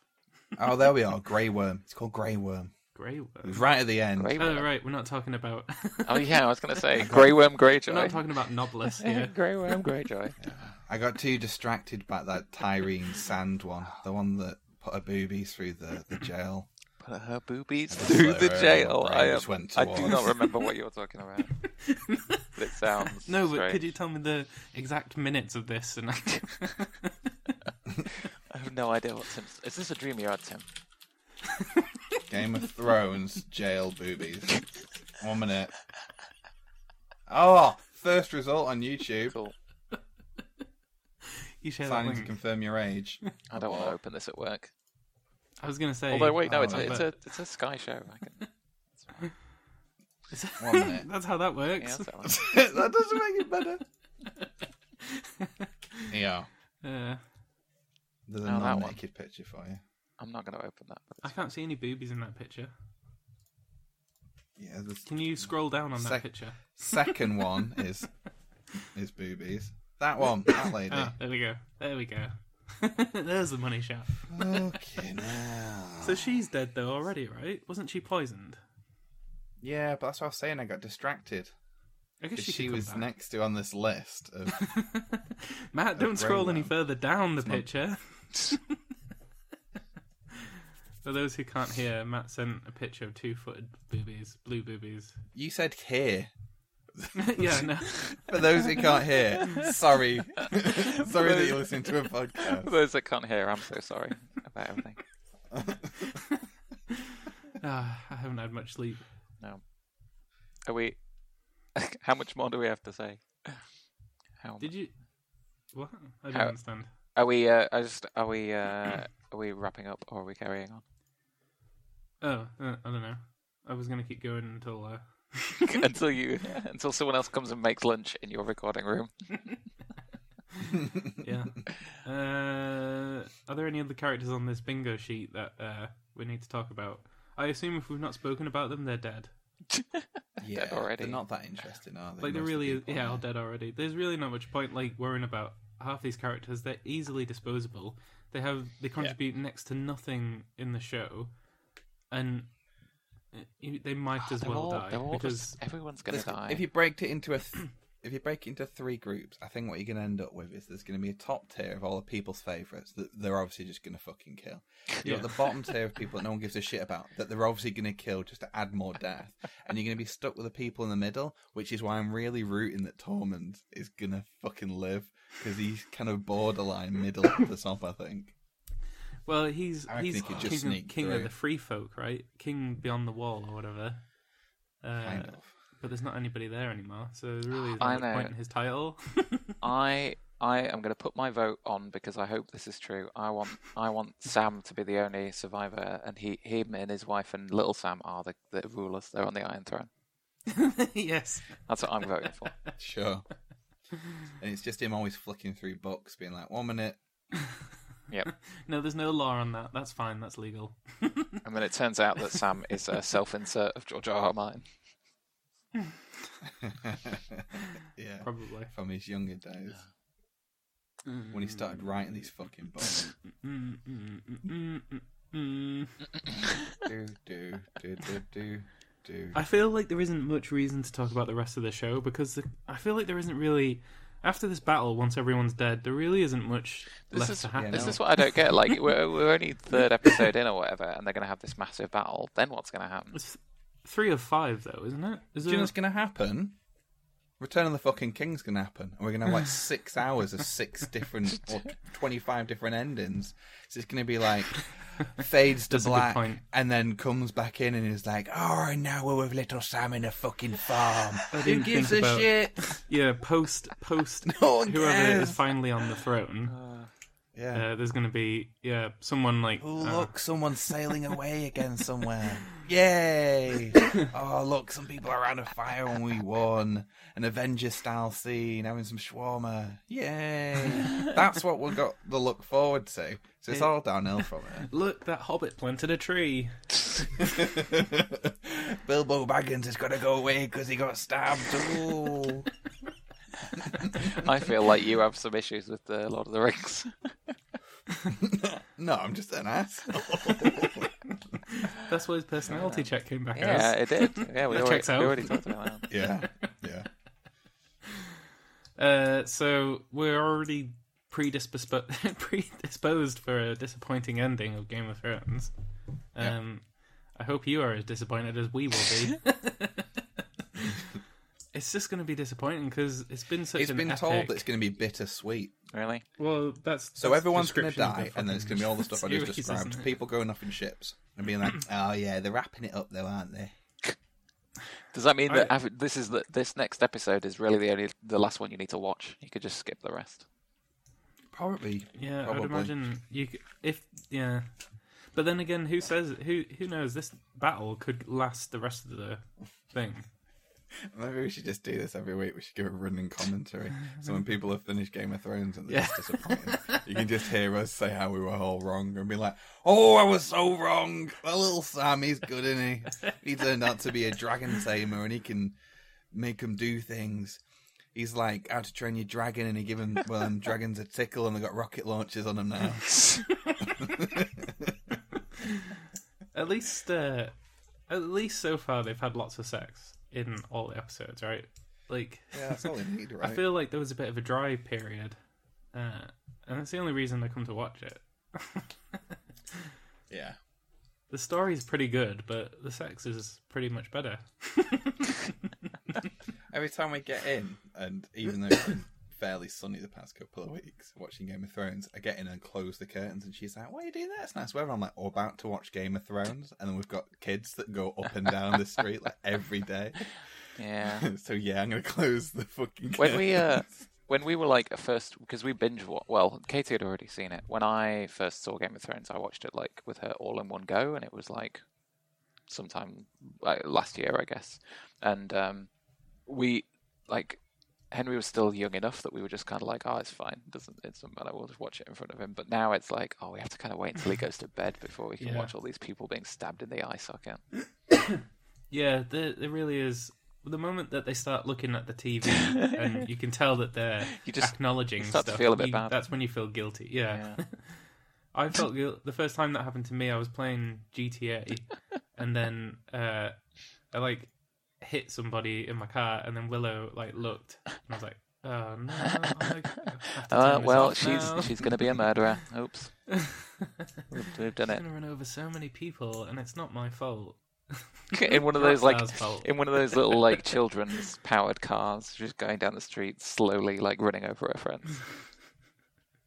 Oh, there we are. Grey worm. It's called Grey worm. Grey It was worm. right at the end. Grey Oh worm. right, we're not talking about. Oh yeah, I was gonna say Grey Worm we're not Greyjoy. talking about knobless here. Grey Worm Greyjoy. I got too distracted by that Tyrene Sand one, the one that put her boobies through the, the jail. Put her boobies just through let the her jail. brain I, am, just went I do towards- not remember what you're talking about. But it sounds No, but strange. could you tell me the exact minutes of this? And I... I have no idea what Tim's. Is this a dream you had, Tim? Game of Thrones jail boobies. One minute. Oh, first result on YouTube. Cool. you share that Signing to link. confirm your age. I don't want to open this at work. I was gonna say. uh, Although wait, no, it's Oh, a, it's a but- it's a Sky show. I can, One minute. that's how that yeah, works. that's that one. that doesn't make it better. Yeah. Uh, There's a Oh, that one. non-naked picture for you. I'm not going to open that. I can't see any boobies in that picture. Yeah, there's Can you scroll down on that Sec- picture? Second one is is boobies. That one, that lady. Ah, there we go. There we go. There's the money shot. Fucking hell. So she's dead though already, right? Wasn't she poisoned? Yeah, but that's what I was saying. I got distracted I guess because she, she could was come back. next to on this list. Of... Matt, don't scroll any Greyworm. further down the not- picture. For those who can't hear, Matt sent a picture of two-footed boobies, blue boobies. you said here. yeah, no. For those who can't hear, sorry, sorry that those- you're listening to a For podcast. those that can't hear, I'm so sorry about everything. Ah, I haven't had much sleep. Are we? How much more do we have to say? How? Did you? What? I don't How- understand. Are we? Uh, I just. Are we? Uh, are we wrapping up or are we carrying on? Oh, uh, I don't know. I was gonna keep going until. Uh... until you. Until someone else comes and makes lunch in your recording room. Yeah. uh, are there any other characters on this bingo sheet that uh, we need to talk about? I assume if we've not spoken about them, they're dead. yeah, already. They're not that interesting, are they? like there most of really the is people yeah all on dead already there's really not much point like worrying about half these characters they're easily disposable they have they contribute next to nothing in the show and uh, you- they might as Ah, They're well all- die they're all because just- everyone's there. gonna die. There's- If you break it into a, th- if you break it into three groups, I think what you're going to end up with is there's going to be a top tier of all the people's favourites that they're obviously just going to fucking kill. Yeah. You're at the bottom tier of people that no one gives a shit about that they're obviously going to kill just to add more death, and you're going to be stuck with the people in the middle, which is why I'm really rooting that Tormund is going to fucking live because he's kind of borderline middle of the top, I think. well he's I reckon he's he could just king, of- sneak king of through. the free folk right king beyond the wall or whatever uh, Kind of. but there's not anybody there anymore so there really is I not much know. point in his title I. I am going to put my vote on because I hope this is true. I want I want Sam to be the only survivor, and he him and his wife and little Sam are the, the rulers. They're on the Iron Throne. yes That's what I'm voting for. Sure. And it's just him always flicking through books, being like, one minute. no there's no law on that that's fine that's legal And then it turns out that Sam is a self-insert of George R. R. Martin. yeah. probably From his younger days. when he started writing these fucking books. Mm, mm, mm, mm, mm. do do do do do do. I feel like there isn't much reason to talk about the rest of the show because the, I feel like there isn't really. After this battle, once everyone's dead, there really isn't much This left is, to happen. this no. is what I don't get. Like we're we're only third episode in or whatever, and they're going to have this massive battle. Then what's going to happen? It's three of five, though, isn't it? Is Do you know there... what's gonna happen? Return of the fucking King's gonna happen, and we're gonna have like six hours of six different or twenty-five different endings. So it's gonna be like fades to That's a good black, point. and then comes back in and is like, "Oh, and now we're with little Sam in a fucking farm. Who didn't gives a think about- shit?" Yeah, post post No one whoever is cares. finally on the throne. Yeah. Uh, there's going to be yeah someone like Oh uh, look, someone's sailing away again somewhere. Yay! oh look, some people are around a fire and we won. An Avenger style scene, having some shawarma. Yay! That's what we've got to look forward to. So it's all downhill from look that hobbit planted a tree. it. Bilbo Baggins has got to go away because he got stabbed. Ooh. I feel like you have some issues with the Lord of the Rings. No, I'm just an ass. That's why his personality check came back yeah, out. it did. Yeah, we, That already, checks we out. already talked about that. yeah, yeah. Uh, so we're already predisposed predisposed for a disappointing ending of Game of Thrones. Um, I hope you are as disappointed as we will be. it's just going to be disappointing because it's been such It's an been epic... told that it's going to be bittersweet. Really? Well, that's So that's everyone's going to description of the die, and then it's going to be all the fucking stuff I just series, described. isn't it? People going off in ships and being like, "Oh yeah, they're wrapping it up though, aren't they?" Does that mean I- that af this is the, this next episode is really the only the last one you need to watch? You could just skip the rest. Probably. Yeah, Probably. I'd imagine you c- if yeah, but then again, who says who who knows this battle could last the rest of the thing? Maybe we should just do this every week. We should give a running commentary. so when people have finished Game of Thrones and they're Yeah. just disappointed, you can just hear us say how we were all wrong and be like, "Oh, I was so wrong." That little Sam, he's good, isn't he? He turned out to be a dragon tamer, and he can make him do things. He's like how to train your dragon, and he give him well, them dragons a tickle, and they got rocket launchers on them now. At least uh, at least so far they've had lots of sex in all the episodes, right? Like Yeah, that's all they need, right? I feel like there was a bit of a dry period, uh, and that's the only reason I come to watch it. Yeah. The story's pretty good, but the sex is pretty much better. Every time we get in, and even though it's been fairly sunny the past couple of weeks watching Game of Thrones, I get in and close the curtains, and she's like, "Why are you doing that? It's nice weather." I'm like, "We're about to watch Game of Thrones," and then we've got kids that go up and down the street like every day. Yeah. so yeah, I'm gonna close the fucking. when we uh curtains. when we were like first because we binge watched well katie had already seen it when i first saw game of thrones i watched it like with her all in one go and it was like sometime like, last year i guess and um we like henry was still young enough that we were just kind of like oh it's fine doesn't it doesn't matter we'll just watch it in front of him but now it's like oh we have to kind of wait until he goes to bed before we can Yeah. watch all these people being stabbed in the eye socket Yeah, there, there really is. The moment that they start looking at the TV and you can tell that they're You just- acknowledging you start to stuff, feel a bit you- bad. that's when you feel guilty. Yeah, Yeah. I felt guil- the first time that happened to me. I was playing GTA, and then uh, I like hit somebody in my car, and then Willow like looked, and I was like, "Oh no!" I have to uh, turn this well off she's now." she's gonna be a murderer oops We've- we've done I'm it gonna run over so many people, and it's not my fault. in one of those like Raphael's fault. in one of those little like children's powered cars, just going down the street slowly, like running over her friends,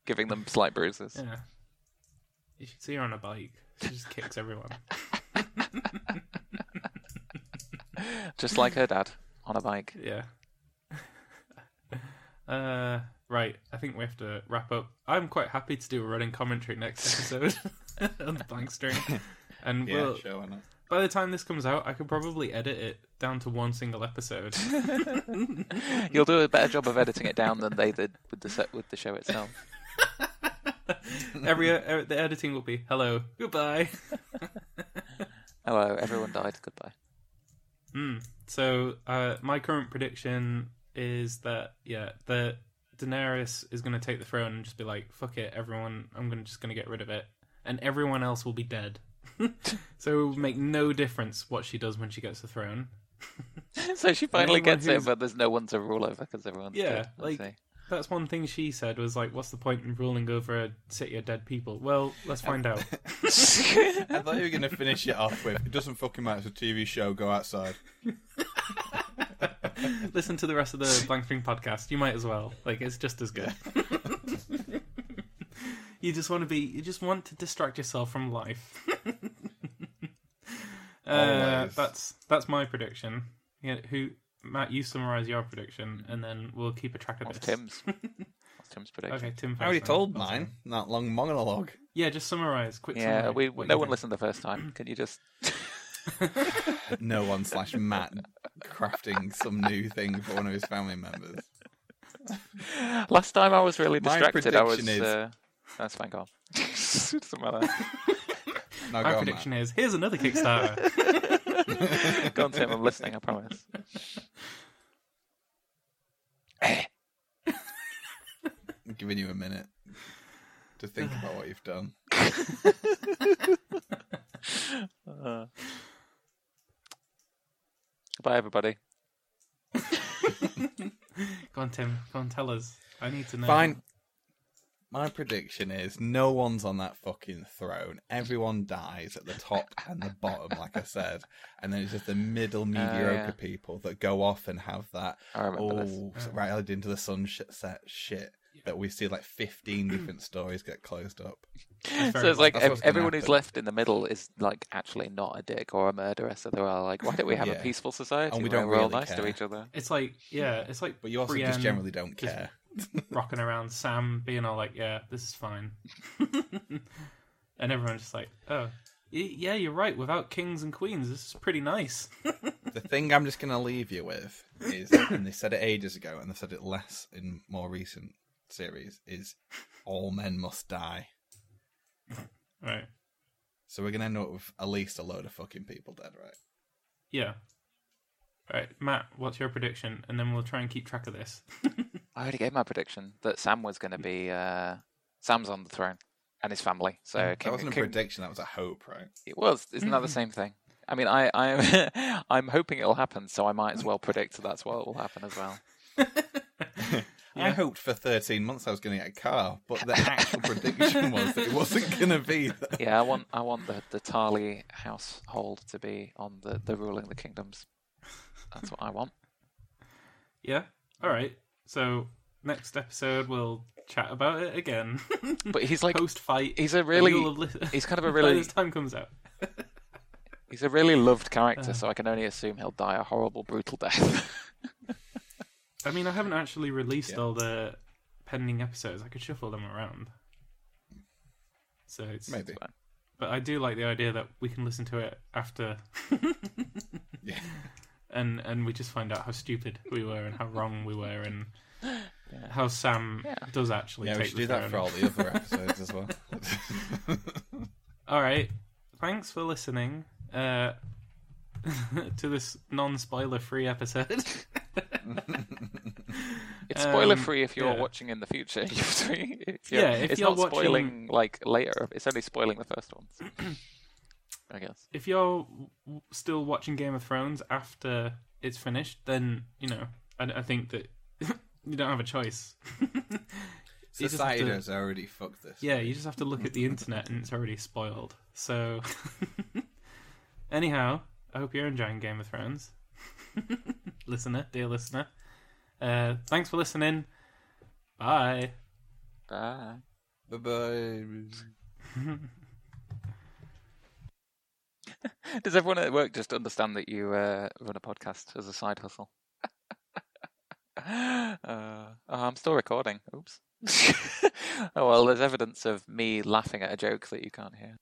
giving them slight bruises. Yeah. You should see her on a bike. She just kicks everyone. Just like her dad on a bike. Yeah. Uh, right. I think we have to wrap up. I'm quite happy to do a running commentary next episode on the blank string. And yeah, we'll, sure why not? by the time this comes out, I could probably edit it down to one single episode. You'll do a better job of editing it down than they did with the set with the show itself. Every uh, the editing will be hello, goodbye. Hello, everyone died. Goodbye. Hmm. So uh, my current prediction is that yeah, the Daenerys is going to take the throne and just be like, "Fuck it, everyone! I'm gonna, just going to get rid of it, and everyone else will be dead." so it will make no difference what she does when she gets the throne. so she finally Anyone gets who's- it, but there's no one to rule over because everyone's Yeah, dead. Let's like- see. That's one thing she said was like, "What's the point in ruling over a city of dead people?" Well, let's find out. I thought you were going to finish it off with it doesn't fucking matter. It's a TV show. Go outside. Listen to the rest of the Blank String podcast. You might as well. Like it's just as good. you just want to be. You just want to distract yourself from life. uh, Always. that's that's my prediction. Yeah, who Matt? You summarize your prediction, and then we'll keep a track of What's this. Tim's? What's Tim's prediction? Okay, Tim. First I already then. told mine. That long monologue. Yeah, just summarize. Quick. Yeah, summary. we What no you one think. listened the first time. Can you just? No one slash Matt crafting some new thing for one of his family members. Last time I was really My distracted. I was. prediction is- Uh... That's fine, go on. Doesn't matter. My Now go on, Matt. prediction is here's another Kickstarter. go on, Tim. I'm listening. I promise. I'm giving you a minute to think about what you've done. Uh... Goodbye, everybody. Go on, Tim. Go on, tell us. I need to know. Fine. My prediction is no one's on that fucking throne. Everyone dies at the top and the bottom, like I said. And then it's just the middle mediocre yeah. people that go off and have that I remember this. oh Yeah. right into the sunset shit that we see like fifteen different stories get closed up. Oh, Very so it's well. like That's ev- what's gonna everyone who's happen. left in the middle is like actually not a dick or a murderer. So they're all like, why don't we have Yeah. a peaceful society? And we where don't we're all really nice to care." each other. It's like yeah, it's like But you also Brienne just generally don't just- care. rocking around Sam being all like, "Yeah, this is fine," and everyone's just like, "Oh, y- yeah, you're right. Without kings and queens, this is pretty nice." the thing I'm just going to leave you with is, and they said it ages ago, and they said it less in more recent series, is all men must die. right? So we're going to end up with at least a load of fucking people dead, right? Yeah. Right, Matt. What's your prediction? And then we'll try and keep track of this. I already gave my prediction that Sam was going to be uh, Sam's on the throne and his family. So Yeah, Mm. That King- wasn't a King- prediction, that was a hope, right? It was. Isn't Mm-hmm. that the same thing? I mean, I, I'm I'm hoping it'll happen, so I might as well predict that that's what will happen as well. I hoped for 13 months I was going to get a car, but the actual prediction was that it wasn't going to be that. Yeah, I want I want the the Tarly household to be on the the ruling the kingdoms. That's what I want. yeah. All right. So next episode we'll chat about it again. But he's like Post fight. he's a really he's kind of a really- this time comes out. He's a really loved Uh-huh. character, so I can only assume he'll die a horrible, brutal death. I mean, I haven't actually released Yeah. all the pending episodes. I could shuffle them around. So it's Maybe. but I do like the idea that we can listen to it after, Yeah. and and we just find out how stupid we were and how wrong we were and how Sam Yeah. does actually Yeah, we take should the do that throne. for all the other episodes as well. All right, thanks for listening uh, to this non-spoiler-free episode. It's Um, spoiler free if you're yeah. watching in the future. if you're- Yeah, if it's you're not spoiling like later. It's only spoiling the first ones. I guess. if you're w- w- still watching Game of Thrones after it's finished, then you know I, I think that you don't have a choice. You just have Society to- has already fucked this. Yeah, you just have to look at the internet and it's already spoiled. So, anyhow, I hope you're enjoying Game of Thrones, listener, dear listener. Uh, thanks for listening. Bye. Bye. Bye-bye. Does everyone at work just understand that you uh, run a podcast as a side hustle? uh, oh, I'm still recording. Oops. oh well, there's evidence of me laughing at a joke that you can't hear.